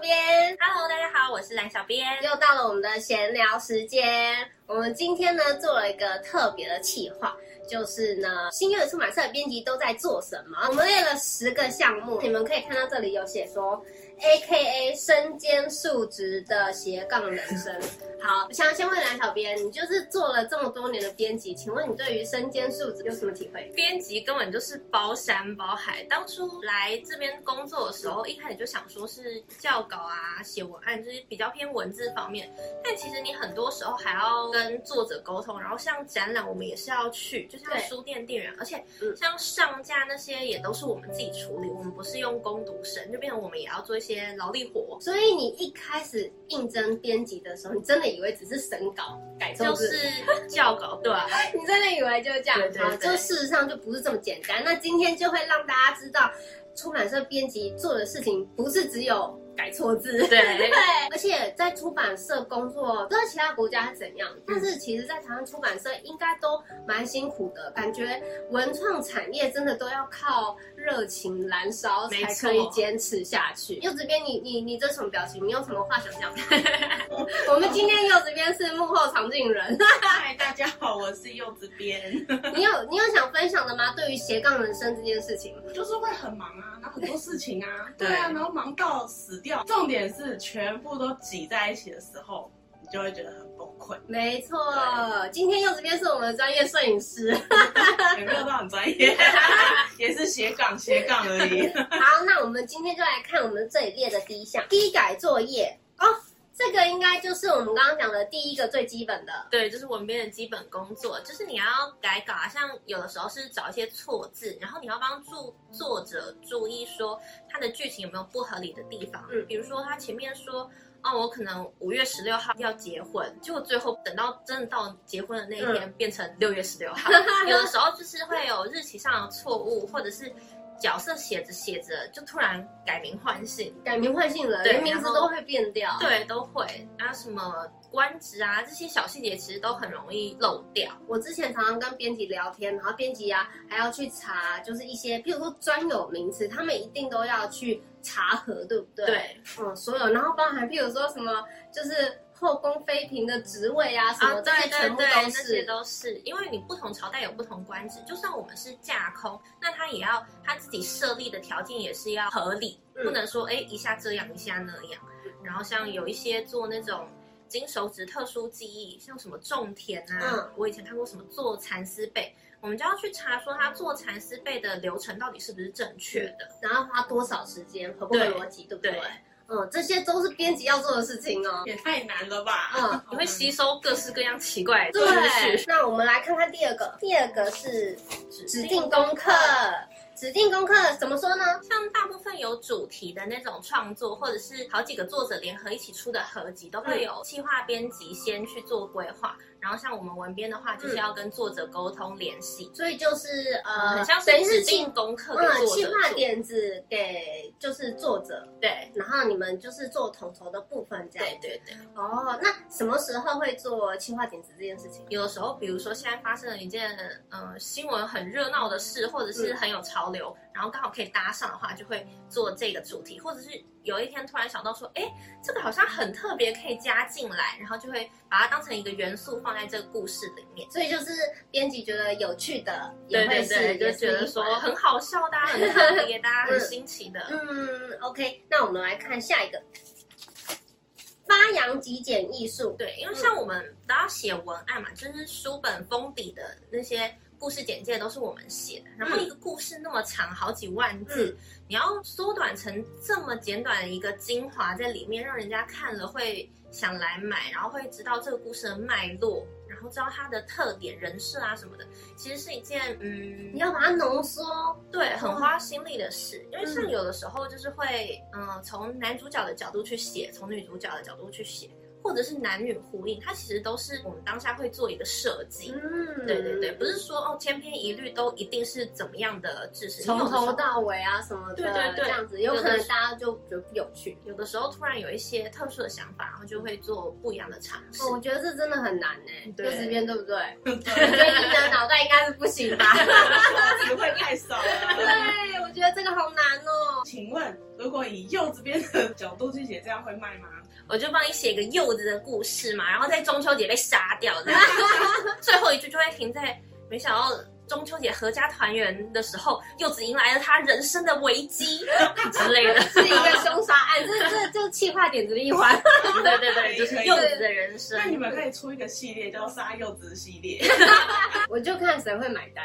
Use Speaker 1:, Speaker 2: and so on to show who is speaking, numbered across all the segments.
Speaker 1: 边，
Speaker 2: Hello，大家好，我是蓝小编。
Speaker 1: 又到了我们的闲聊时间。我们今天呢做了一个特别的企划，就是呢新月出版社的编辑都在做什么。我们列了十个项目，你们可以看到这里有写说。A K A 身兼数职的斜杠人生，好，想先问蓝小编，你就是做了这么多年的编辑，请问你对于身兼数职有什么体会？
Speaker 2: 编辑根本就是包山包海。当初来这边工作的时候，一开始就想说是校稿啊、写文案，就是比较偏文字方面。但其实你很多时候还要跟作者沟通，然后像展览，我们也是要去，就像
Speaker 1: 对
Speaker 2: 书店店员，而且
Speaker 1: 嗯
Speaker 2: 像上架那些也都是我们自己处理，我们不是用工读生，就变成我们也要做一些劳力活。
Speaker 1: 所以你一开始应征编辑的时候，你真的以为只是审稿改错
Speaker 2: 就
Speaker 1: 字
Speaker 2: 是校稿，对吧、
Speaker 1: 你真的以为就这样？
Speaker 2: 对对
Speaker 1: 好
Speaker 2: 对
Speaker 1: 就事实上就不是这么简单。那今天就会让大家知道，出版社编辑做的事情不是只有改错字。
Speaker 2: 对
Speaker 1: 对， 而且在出版社工作，不知道其他国家是怎样，但
Speaker 2: 嗯
Speaker 1: 是其实，在台湾出版社应该都蛮辛苦的，感觉文创产业真的都要靠热情燃烧才
Speaker 2: 没错
Speaker 1: 可以坚持下去。柚子边，你你你这什么表情？你有什么话想讲吗？ 我们今天柚子边是幕后常进人，
Speaker 3: 嗨，大家好，我是柚子边，
Speaker 1: 你有你有想分享的吗？对于斜杠人生这件事情，。
Speaker 3: 就是会很忙啊，然后很多事情啊，
Speaker 2: 对
Speaker 3: 对啊，然后忙到死掉。重点是全部都挤在一起的时候，你就会觉得很崩 溃
Speaker 1: 没错，今天柚子边是我们的专业摄影师。
Speaker 3: 有没有到很专业？ 也是斜杠斜杠而已。
Speaker 1: 好，那我们今天就来看我们这里列的第一项批改作业哦，这个应该就是我们刚刚讲的第一个最基本 的。
Speaker 2: 对，就是文编的基本工作，就是你要改稿啊，像有的时候是找一些错字，然后你要帮助作者注意说他的剧情有没有不合理的地方，
Speaker 1: 嗯
Speaker 2: 比如说他前面说。哦，我可能五月十六号要结婚，结果最后等到真的到结婚的那一
Speaker 1: 嗯
Speaker 2: 天，变成六月十六 号。有的时候就是会有日期上的错误，或者是角色写着写着就突然改名换姓，
Speaker 1: 改名换姓了，
Speaker 2: 对
Speaker 1: 连名字
Speaker 2: 然后
Speaker 1: 都会变掉。，
Speaker 2: 对，都会。啊，什么官职啊，这些小细节其实都很容易漏掉。
Speaker 1: 我之前常常跟编辑聊天，然后编辑啊还要去查，就是一些，譬如说专有名词，他们一定都要去查核，对不对？，
Speaker 2: 对，
Speaker 1: 嗯，所有，然后包含譬如说什么，就是后宫妃嫔的职位啊，什么、
Speaker 2: 啊，
Speaker 1: 这
Speaker 2: 对
Speaker 1: 些
Speaker 2: 对
Speaker 1: 全部
Speaker 2: 对，
Speaker 1: 都
Speaker 2: 那
Speaker 1: 是
Speaker 2: 些。都是，因为你不同朝代有不同官职，就算我们是架空，那他也要他自己设立的条件也是要合理，
Speaker 1: 嗯
Speaker 2: 不能说哎一下这样一下那样。然后像有一些做那种。金手指特殊技艺，像什么种田啊，
Speaker 1: 嗯
Speaker 2: 我以前看过什么做蚕丝被，我们就要去查说他做蚕丝被的流程到底是不是正确的。
Speaker 1: 然后花多少时间，合不合
Speaker 2: 对
Speaker 1: 逻辑，对不对？
Speaker 2: 对
Speaker 1: 嗯，这些都是编辑要做的事情 哦。
Speaker 3: 也太难了吧？
Speaker 1: 嗯
Speaker 2: 你会吸收各式各样奇怪的知
Speaker 1: 对
Speaker 2: 识，，
Speaker 1: 那我们来看看第二个，第二个是指定功课。指定功课怎么说呢？
Speaker 2: 像大部分有主题的那种创作，或者是好几个作者联合一起出的合集，都
Speaker 1: 嗯
Speaker 2: 会有企划编辑先去做规划，然后像我们文编的话，就是
Speaker 1: 嗯
Speaker 2: 要跟作者沟通联系，
Speaker 1: 所以就是呃，
Speaker 2: 很像是
Speaker 1: 啊等于
Speaker 2: 指
Speaker 1: 是企
Speaker 2: 定功课
Speaker 1: 嗯，
Speaker 2: 给作
Speaker 1: 企
Speaker 2: 者
Speaker 1: 划
Speaker 2: 做。
Speaker 1: 点子给就是作者，
Speaker 2: 对
Speaker 1: 然后你们就是做统筹的部分这样
Speaker 2: 对。对对，
Speaker 1: 哦，那什么时候会做企划点子这件事情？
Speaker 2: 有的时候，比如说现在发生了一件呃新闻很热闹的事，或者是
Speaker 1: 嗯
Speaker 2: 很有潮流，然后刚好可以搭上的话，就会做这个主题，或者是有一天突然想到说，哎，这个好像很特别，可以加进来，然后就会把它当成一个元素放在这个故事里面。
Speaker 1: 所以就是编辑觉得有趣的，也
Speaker 2: 对
Speaker 1: 会
Speaker 2: 对对，
Speaker 1: 是
Speaker 2: 就
Speaker 1: 也是
Speaker 2: 觉得
Speaker 1: 一
Speaker 2: 说
Speaker 1: 环
Speaker 2: 很好笑的、啊，很特别的、啊，很新奇的。
Speaker 1: 嗯，OK，那我们来看下一个，发扬极简艺术。
Speaker 2: 对，因为像我们都要写文案嘛，就是书本封底的那些故事简介都是我们写的。然后一个故事那么长，好几万字，你要缩短成这么简短的一个精华在里面，让人家看了会想来买，然后会知道这个故事的脉络，然后知道它的特点、人设啊什么的，其实是一件嗯
Speaker 1: 你要把它浓缩，
Speaker 2: 对，很
Speaker 1: 哦
Speaker 2: 花心力的事，因为
Speaker 1: 嗯
Speaker 2: 像有的时候就是会，嗯、从男主角的角度去写，从女主角的角度去写，或者是男女呼应，它其实都是我们当下会做一个设计。
Speaker 1: 嗯，
Speaker 2: 对对对，，不是说哦千篇一律都一定是怎么样的知识，
Speaker 1: 从
Speaker 2: 因为有的时
Speaker 1: 头
Speaker 2: 候
Speaker 1: 到尾啊什么的，
Speaker 2: 对对对
Speaker 1: 这样子有可
Speaker 2: 有
Speaker 1: 能
Speaker 2: 的是
Speaker 1: 大家就觉得不有趣。
Speaker 2: 有的时候突然有一些特殊的想法，然后就会做不一样的尝试。
Speaker 1: 哦，我觉得这真的很难呢、欸
Speaker 2: 对
Speaker 1: 就这边对 不对？我觉
Speaker 3: 对，
Speaker 1: 得你的脑袋应该是不行吧？
Speaker 3: 词汇太少了。
Speaker 1: 对，我觉得这个好难哦。
Speaker 3: 请问如果以柚子编的角度去写，这样会卖吗？
Speaker 2: 我就帮你写一个柚子的故事嘛，然后在中秋节被杀掉 的，最后一句就会停在没想到。中秋节合家团圆的时候，柚子迎来了他人生的危 机之类的。
Speaker 1: 是一个凶杀案，这这这气化点子的一环。
Speaker 2: 对对对，就是柚子的人生
Speaker 3: 那。你们可以出一个系列叫“杀柚子”系 列，
Speaker 1: 我就看谁会买单，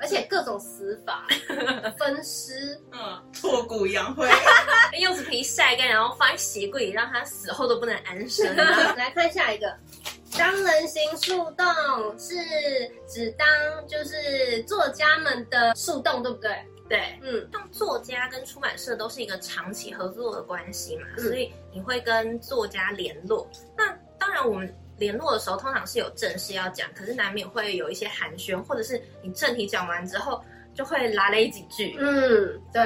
Speaker 1: 而且各种死法、分尸，
Speaker 3: 嗯，挫骨扬灰。
Speaker 2: 柚子皮晒干，然后放在鞋柜里，让它死后都不能安生。
Speaker 1: 嗯 来看下一个，当人形树洞是只当就是作家们的树洞，对不对？
Speaker 2: 对，
Speaker 1: 嗯，
Speaker 2: 像作家跟出版社都是一个长期合作的关系嘛，
Speaker 1: 嗯
Speaker 2: 所以你会跟作家联络。那当然，我们联络的时候通常是有正事要讲，可是难免会有一些寒暄，或者是你正题讲完之后就会拉了几句。
Speaker 1: 嗯，对，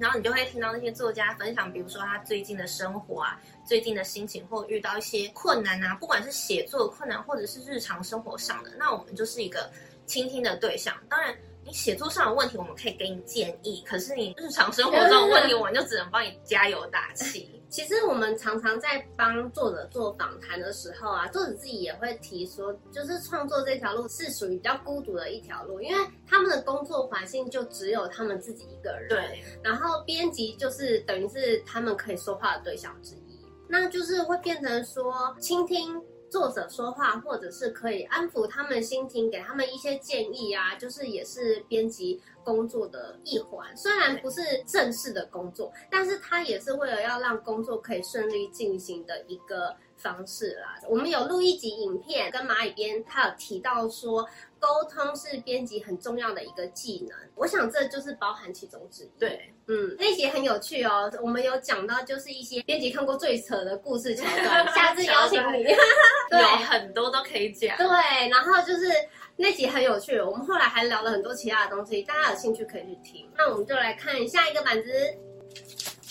Speaker 2: 然后你就会听到那些作家分享，比如说他最近的生活啊，最近的心情，或遇到一些困难啊，不管是写作的困难，或者是日常生活上的，那我们就是一个倾听的对象。当然，你写作上有问题，我们可以给你建议，可是你日常生活中的问题，我们就只能帮你加油打气。
Speaker 1: 其实我们常常在帮作者做访谈的时候啊，作者自己也会提说，就是创作这条路是属于比较孤独的一条路，因为他们的工作环境就只有他们自己一个人。
Speaker 2: 对，
Speaker 1: 然后编辑就是等于是他们可以说话的对象之一，那就是会变成说倾听作者说话，或者是可以安抚他们心情，给他们一些建议啊，就是也是编辑工作的一环。虽然不是正式的工作，但是它也是为了要让工作可以顺利进行的一个。方式啦，我们有录一集影片，跟蚂蚁编他有提到说，沟通是编辑很重要的一个技能，我想这就是包含其中之一。
Speaker 2: 对，
Speaker 1: 嗯，那一集很有趣哦，我们有讲到就是一些编辑看过最扯的故事桥 段， 下次邀请 你。 对
Speaker 2: 有很多都可以讲。
Speaker 1: 对，然后就是那集很有趣，我们后来还聊了很多其他的东西，大家有兴趣可以去听。那我们就来看下一个板子，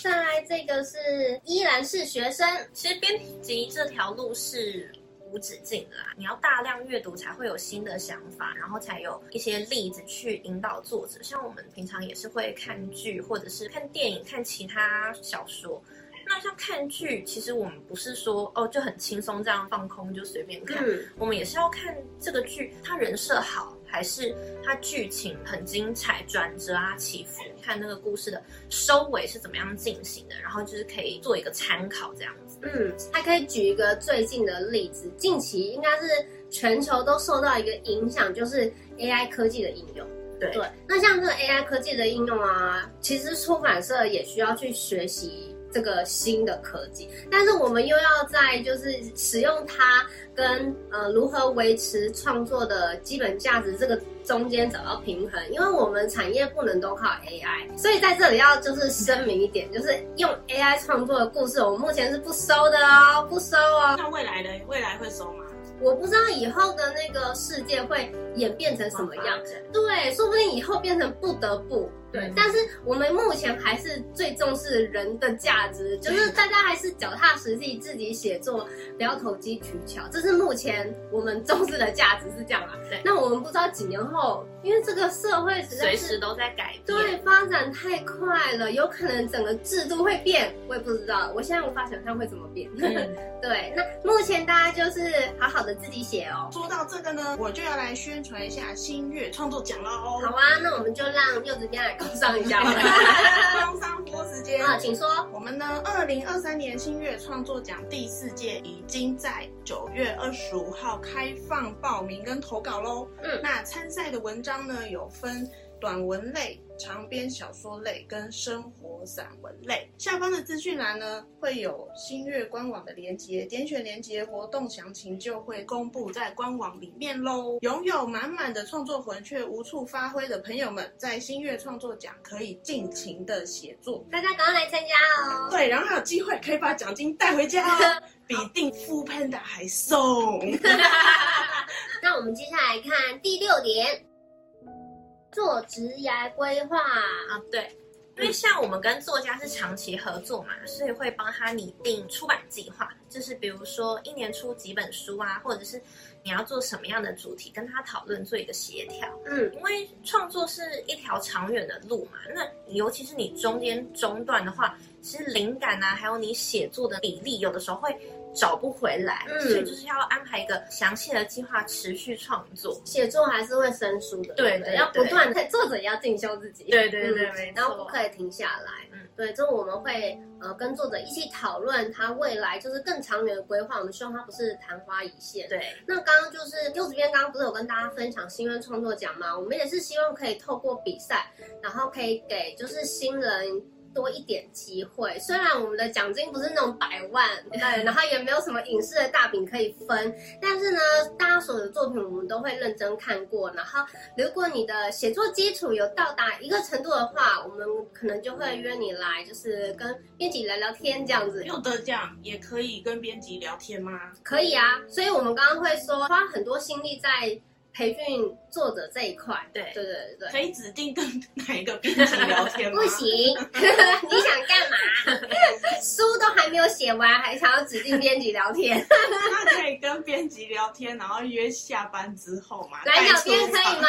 Speaker 1: 再来这个是依然是学生，
Speaker 2: 其实编辑这条路是无止境的啦，你要大量阅读才会有新的想法，然后才有一些例子去引导作者。像我们平常也是会看剧，或者是看电影、看其他小说。那像看剧，其实我们不是说哦就很轻松这样放空就随便看，
Speaker 1: 嗯
Speaker 2: 我们也是要看这个剧它人设好，还是它剧情很精彩、转折啊、起伏，看那个故事的收尾是怎么样进行的，然后就是可以做一个参考这样子。
Speaker 1: 嗯，还可以举一个最近的例子，近期应该是全球都受到一个影响，就是 AI 科技的应用。
Speaker 2: 对
Speaker 1: 对，那像这个 AI 科技的应用啊，其实出版社也需要去学习这个新的科技，但是我们又要在就是使用它跟呃如何维持创作的基本价值这个中间找到平衡，因为我们产业不能都靠 AI，所以在这里要就是声明一点，就是用 AI 创作的故事，我们目前是不收的哦，不收哦。
Speaker 3: 那未来的未来会收吗？
Speaker 1: 我不知道以后的那个世界会演变成什么样，对，说不定以后变成不得不。对
Speaker 2: 嗯，
Speaker 1: 但是我们目前还是最重视人的价值，就是大家还是脚踏实地自己写作，不要投机取巧，这是目前我们重视的价值是这样啊
Speaker 2: 对。
Speaker 1: 那我们不知道几年后，因为这个社会实在
Speaker 2: 随
Speaker 1: 是
Speaker 2: 时都在改变。
Speaker 1: 对发展太快了，有可能整个制度会变，我也不知道，我现在无法想象会怎么变。
Speaker 2: 嗯，
Speaker 1: 对，那目前大家就是好好的自己写哦。
Speaker 3: 说到这个呢，我就要来宣传一下新月创作奖了
Speaker 1: 好
Speaker 3: 哦。
Speaker 1: 啊，那我们就让柚子编来工商一下吧。
Speaker 3: 工商播时间，
Speaker 1: 啊，请说。
Speaker 3: 我们呢，二零二三年新月创作奖第四届已经在九月二十五号开放报名跟投稿喽。
Speaker 1: 嗯
Speaker 3: 那参赛的文章呢，有分短文类、长篇小说类跟生活散文类。下方的资讯栏呢，会有新月官网的连接，点选连接，活动详情就会公布在官网里面喽。拥有满满的创作魂却无处发挥的朋友们，在新月创作奖可以尽情的写作。
Speaker 1: 大家赶快来参加哦！
Speaker 3: 对，然后还有机会可以把奖金带回家哦， 比订 f Panda 还送。
Speaker 1: 那我们接下来看第六点，做职涯规划。
Speaker 2: 啊，对，因为像我们跟作家是长期合作嘛，所以会帮他拟定出版计划，就是比如说一年出几本书啊，或者是你要做什么样的主题，跟他讨论做一个协调。
Speaker 1: 嗯，
Speaker 2: 因为创作是一条长远的路嘛，那尤其是你中间中断的话，其实灵感啊，还有你写作的比例，有的时候会找不回来，
Speaker 1: 嗯
Speaker 2: 所以就是要安排一个详细的计划，持续创作。
Speaker 1: 写作还是会生疏的，
Speaker 2: 对
Speaker 1: 不
Speaker 2: 对
Speaker 1: 要不
Speaker 2: 对
Speaker 1: 断的作者也要进修自己，
Speaker 2: 对对对
Speaker 1: 嗯
Speaker 2: 没错
Speaker 1: 然后不可以停下来，
Speaker 2: 嗯
Speaker 1: 对，这我们会呃跟作者一起讨论他未来就是更长远的规划，我们希望他不是昙花一现。
Speaker 2: 对，
Speaker 1: 那刚刚就是柚子边，刚刚不是有跟大家分享新人创作奖吗？我们也是希望可以透过比赛，然后可以给就是新人多一点机会。虽然我们的奖金不是那种百万，对，然后也没有什么影视的大饼可以分，但是呢，大家所有的作品我们都会认真看过。然后，如果你的写作基础有到达一个程度的话，我们可能就会约你来，就是跟编辑聊聊天这样子。
Speaker 3: 有得奖也可以跟编辑聊天吗？
Speaker 1: 可以啊，所以我们刚刚会说花很多心力在培训作者这一块。
Speaker 2: 对
Speaker 1: 对对对
Speaker 3: 可以指定跟哪一个编辑聊
Speaker 1: 对，
Speaker 3: 天吗？
Speaker 1: 不，行， 你想干嘛？ 书都还没有写完，还想要指定编辑聊天？
Speaker 3: 那可以跟编辑聊天，然后约下班之后嘛。
Speaker 1: 来
Speaker 3: 带
Speaker 1: 小
Speaker 3: 出
Speaker 1: 编可以
Speaker 3: 场
Speaker 1: 吗？？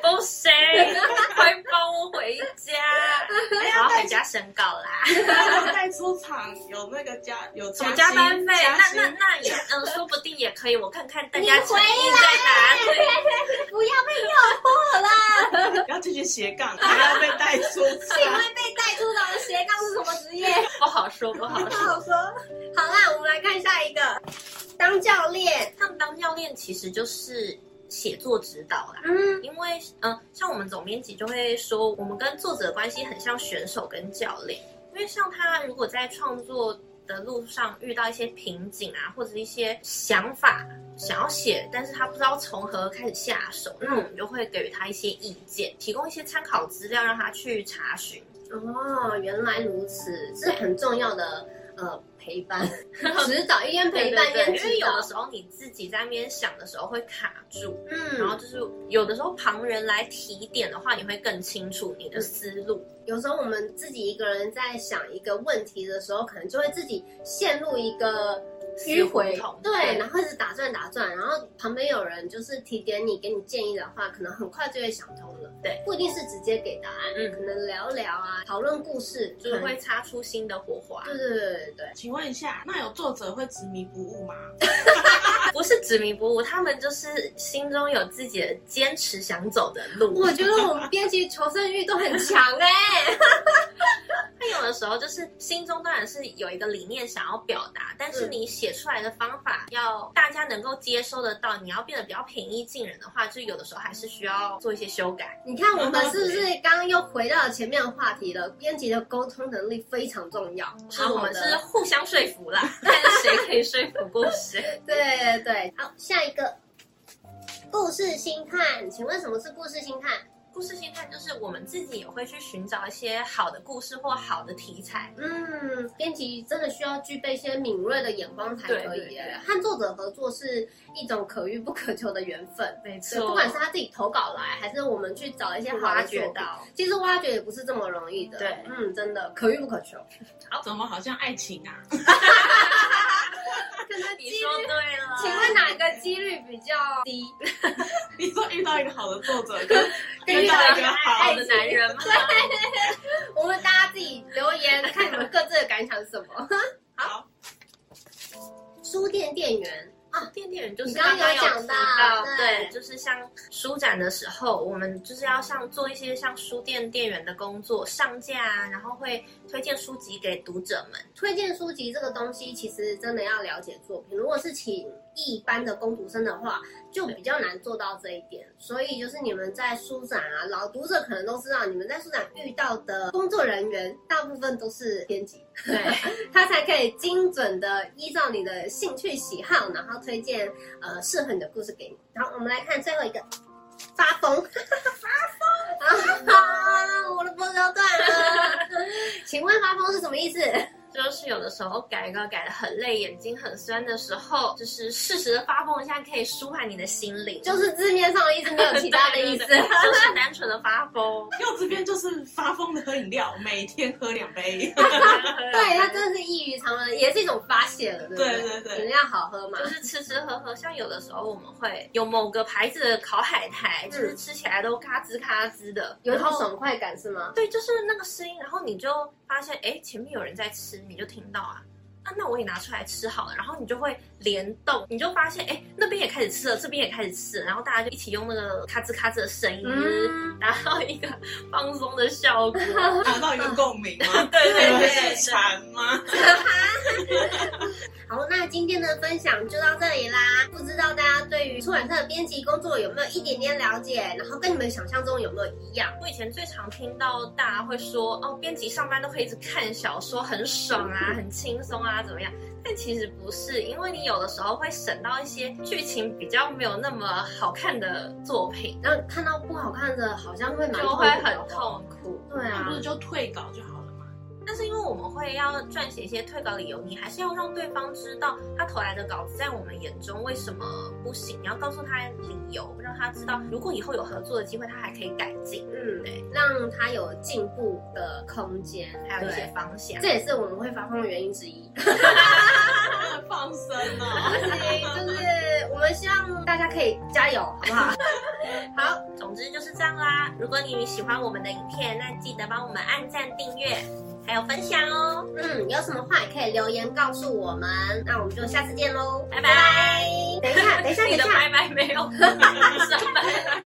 Speaker 2: 不行， 快帮我回 家，然后回家审稿啦，
Speaker 3: 带出场有那个加有
Speaker 2: 什么加班费？
Speaker 3: 薪加
Speaker 2: 那
Speaker 3: 薪
Speaker 2: 那那也，嗯，说不定也可以，我看看大家
Speaker 1: 你
Speaker 2: 诚
Speaker 1: 回
Speaker 2: 意 在哪里。
Speaker 1: 不要被诱惑啦！
Speaker 3: 不要继续斜杠，不要被带出
Speaker 1: 是因为
Speaker 3: 场。
Speaker 1: 被带出岛的斜杠是什么职业？
Speaker 2: 不好说，不好
Speaker 1: 不
Speaker 2: 说。
Speaker 1: 好说。好啦，我们来看下一个，当教练。
Speaker 2: 他们当教练其实就是写作指导啦。
Speaker 1: 嗯
Speaker 2: 因为，嗯、像我们总编辑就会说，我们跟作者关系很像选手跟教练，因为像他如果在创作的路上遇到一些瓶颈啊，或者一些想法想要写，但是他不知道从何开始下手，那我们就会给予他一些意见，提供一些参考资料，让他去查询。
Speaker 1: 哦，原来如此，是很重要的呃陪伴、指导，一边陪伴一
Speaker 2: 对
Speaker 1: 边
Speaker 2: 对对因为
Speaker 1: 指
Speaker 2: 有
Speaker 1: 导
Speaker 2: 的。时候你自己在那边想的时候会卡住，然后
Speaker 1: 嗯，
Speaker 2: 就是有的时候旁人来提点的话，你会更清楚你的思路。
Speaker 1: 有时候我们自己一个人在想一个问题的时候，可能就会自己陷入一个迂回
Speaker 2: 死胡同，
Speaker 1: 对，
Speaker 2: 对
Speaker 1: 然后一直打转打转，然后旁边有人就是提点你、给你建议的话，可能很快就会想通了。
Speaker 2: 对，
Speaker 1: 不一定是直接给答案，
Speaker 2: 嗯
Speaker 1: 可能聊聊啊，讨论故事，
Speaker 2: 就
Speaker 1: 可
Speaker 2: 是
Speaker 1: 能
Speaker 2: 会擦出新的火花，
Speaker 1: 对对对对对。
Speaker 3: 请问一下，那有作者会执迷不悟吗？
Speaker 2: 不是执迷不悟，他们就是心中有自己的坚持想走的路。
Speaker 1: 我觉得我们编辑求生欲都很强哎、
Speaker 2: 他有的时候就是心中当然是有一个理念想要表达，但是
Speaker 1: 嗯
Speaker 2: 你写出来的方法要大家能够接收得到，你要变得比较平易近人的话，就有的时候还是需要做一些修改。
Speaker 1: 你看，我们是不是刚刚又回到了前面的话题了？编辑的沟通能力非常重要，是
Speaker 2: 然后
Speaker 1: 我
Speaker 2: 我
Speaker 1: 们
Speaker 2: 们
Speaker 1: 的
Speaker 2: 是互相说服啦，看谁可以说服过谁。
Speaker 1: 对对对。好，下一个故事星探，请问什么是故事星探？
Speaker 2: 故事心态就是我们自己也会去寻找一些好的故事或好的题材，
Speaker 1: 嗯，编辑真的需要具备一些敏锐的眼光才可
Speaker 2: 对
Speaker 1: 以
Speaker 2: 对
Speaker 1: 耶。和作者合作是一种可遇不可求的缘分，
Speaker 2: 没
Speaker 1: 对，不管是他自己投稿来，还是我们去找一些好
Speaker 2: 挖
Speaker 1: 的作
Speaker 2: 掘
Speaker 1: 品。
Speaker 2: 到，
Speaker 1: 其实挖掘也不是这么容易的，
Speaker 2: 对
Speaker 1: 嗯，真的可遇不可求。
Speaker 3: 怎么好像爱情啊？
Speaker 2: 你说对了，
Speaker 1: 请问哪个几率比较低？
Speaker 3: 你说遇到一个好的作者，跟
Speaker 1: 跟
Speaker 3: 跟
Speaker 1: 遇
Speaker 3: 遇
Speaker 1: 到
Speaker 3: 到
Speaker 1: 一
Speaker 3: 一
Speaker 1: 个
Speaker 3: 个
Speaker 1: 好
Speaker 2: 哎
Speaker 3: 好
Speaker 1: 的
Speaker 3: 的
Speaker 1: 男
Speaker 3: 男
Speaker 1: 人
Speaker 3: 人
Speaker 1: 吗？我们大家自己留言，看你们各自的感想是什 么。
Speaker 3: 好，
Speaker 1: 书店店员，
Speaker 2: 啊，店店员就是
Speaker 1: 你刚刚有
Speaker 2: 有
Speaker 1: 讲
Speaker 2: 提
Speaker 1: 到对
Speaker 2: 对，就是像书展的时候，我们就是要像做一些像书店店员的工作，上架啊，然后会推荐书籍给读者们。
Speaker 1: 推荐书籍这个东西，其实真的要了解作品。如果是请一般的工读生的话，就比较难做到这一点。所以就是你们在书展啊，老读者可能都知道，你们在书展遇到的工作人员，大部分都是编辑。
Speaker 2: 对，
Speaker 1: 他才可以精准的依照你的兴趣喜好，然后推荐呃适合你的故事给你。然后我们来看最后一个，发 疯，发疯，啊！我的脖子要断了。请问发疯是什么意思？
Speaker 2: 就是有的时候改稿改得很累，眼睛很酸的时候，就是适时的发疯一下，可以舒缓你的心灵。
Speaker 1: 就是字面上的意思，没有其他的意思。
Speaker 2: 对对对就是单纯的发疯。
Speaker 4: 柚子边就是发疯的喝饮料，每天喝两杯。
Speaker 1: 对，它真的是异于常人，也是一种发泄了，对不
Speaker 4: 对对对
Speaker 1: 饮料好喝嘛
Speaker 2: 就，是吃吃喝喝，像有的时候我们会有某个牌子的烤海苔，就是吃起来都嘎吱嘎吱的，
Speaker 1: 嗯有一
Speaker 2: 然
Speaker 1: 种
Speaker 2: 后
Speaker 1: 爽快感是吗？
Speaker 2: 对，就是那个声音，然后你就发现，哎，前面有人在吃，你就听到啊，啊，那我也拿出来吃好了，然后你就会联动，你就发现，哎，那边也开始吃了，这边也开始吃了，然后大家就一起用那个咔吱咔吱的声音，
Speaker 1: 嗯，
Speaker 2: 达到一个放松的效果。
Speaker 4: 找到一个共鸣吗？
Speaker 2: 对对对
Speaker 4: 是
Speaker 2: 对，
Speaker 4: 馋吗？
Speaker 1: 好，那今天的分享就到这里啦。不知道大家对于出版社的编辑工作有没有一点点了解，然后跟你们想象中有没有一样？
Speaker 2: 我以前最常听到大家会说，哦，编辑上班都可以一直看小说，很爽啊，很轻松啊，怎么样？但其实不是，因为你有的时候会省到一些剧情比较没有那么好看的作品，
Speaker 1: 然后看到不好看的，好像会蛮
Speaker 2: 就会
Speaker 1: 痛苦的
Speaker 2: 很痛苦。
Speaker 4: 那
Speaker 1: 对
Speaker 4: 不
Speaker 1: 啊
Speaker 3: 嗯
Speaker 4: 是，就退稿就好了嘛？
Speaker 2: 但是因为我们会要撰写一些退稿理由，你还是要让对方知道他投来的稿子在我们眼中为什么不行，你要告诉他理由，让他知道如果以后有合作的机会，他还可以改进，
Speaker 1: 嗯
Speaker 2: 对，
Speaker 1: 让他有进步的空间，
Speaker 2: 还有一
Speaker 1: 对
Speaker 2: 些方向。
Speaker 1: 这也是我们会发疯的原因之一。
Speaker 4: 放生
Speaker 1: 所
Speaker 4: 哦。
Speaker 1: 以就是我们希望大家可以加油，好不 好？
Speaker 2: 好，总之就是这样啦。如果你喜欢我们的影片，那记得帮我们按赞、订阅，还有分享哦。
Speaker 1: 嗯，有什么话也可以留言告诉我们。那我们就下次见喽，
Speaker 2: 拜拜。
Speaker 1: 啊等一下，等一下，等
Speaker 2: 你
Speaker 1: 一
Speaker 2: 的
Speaker 1: 下。
Speaker 2: 拜拜没有，上班。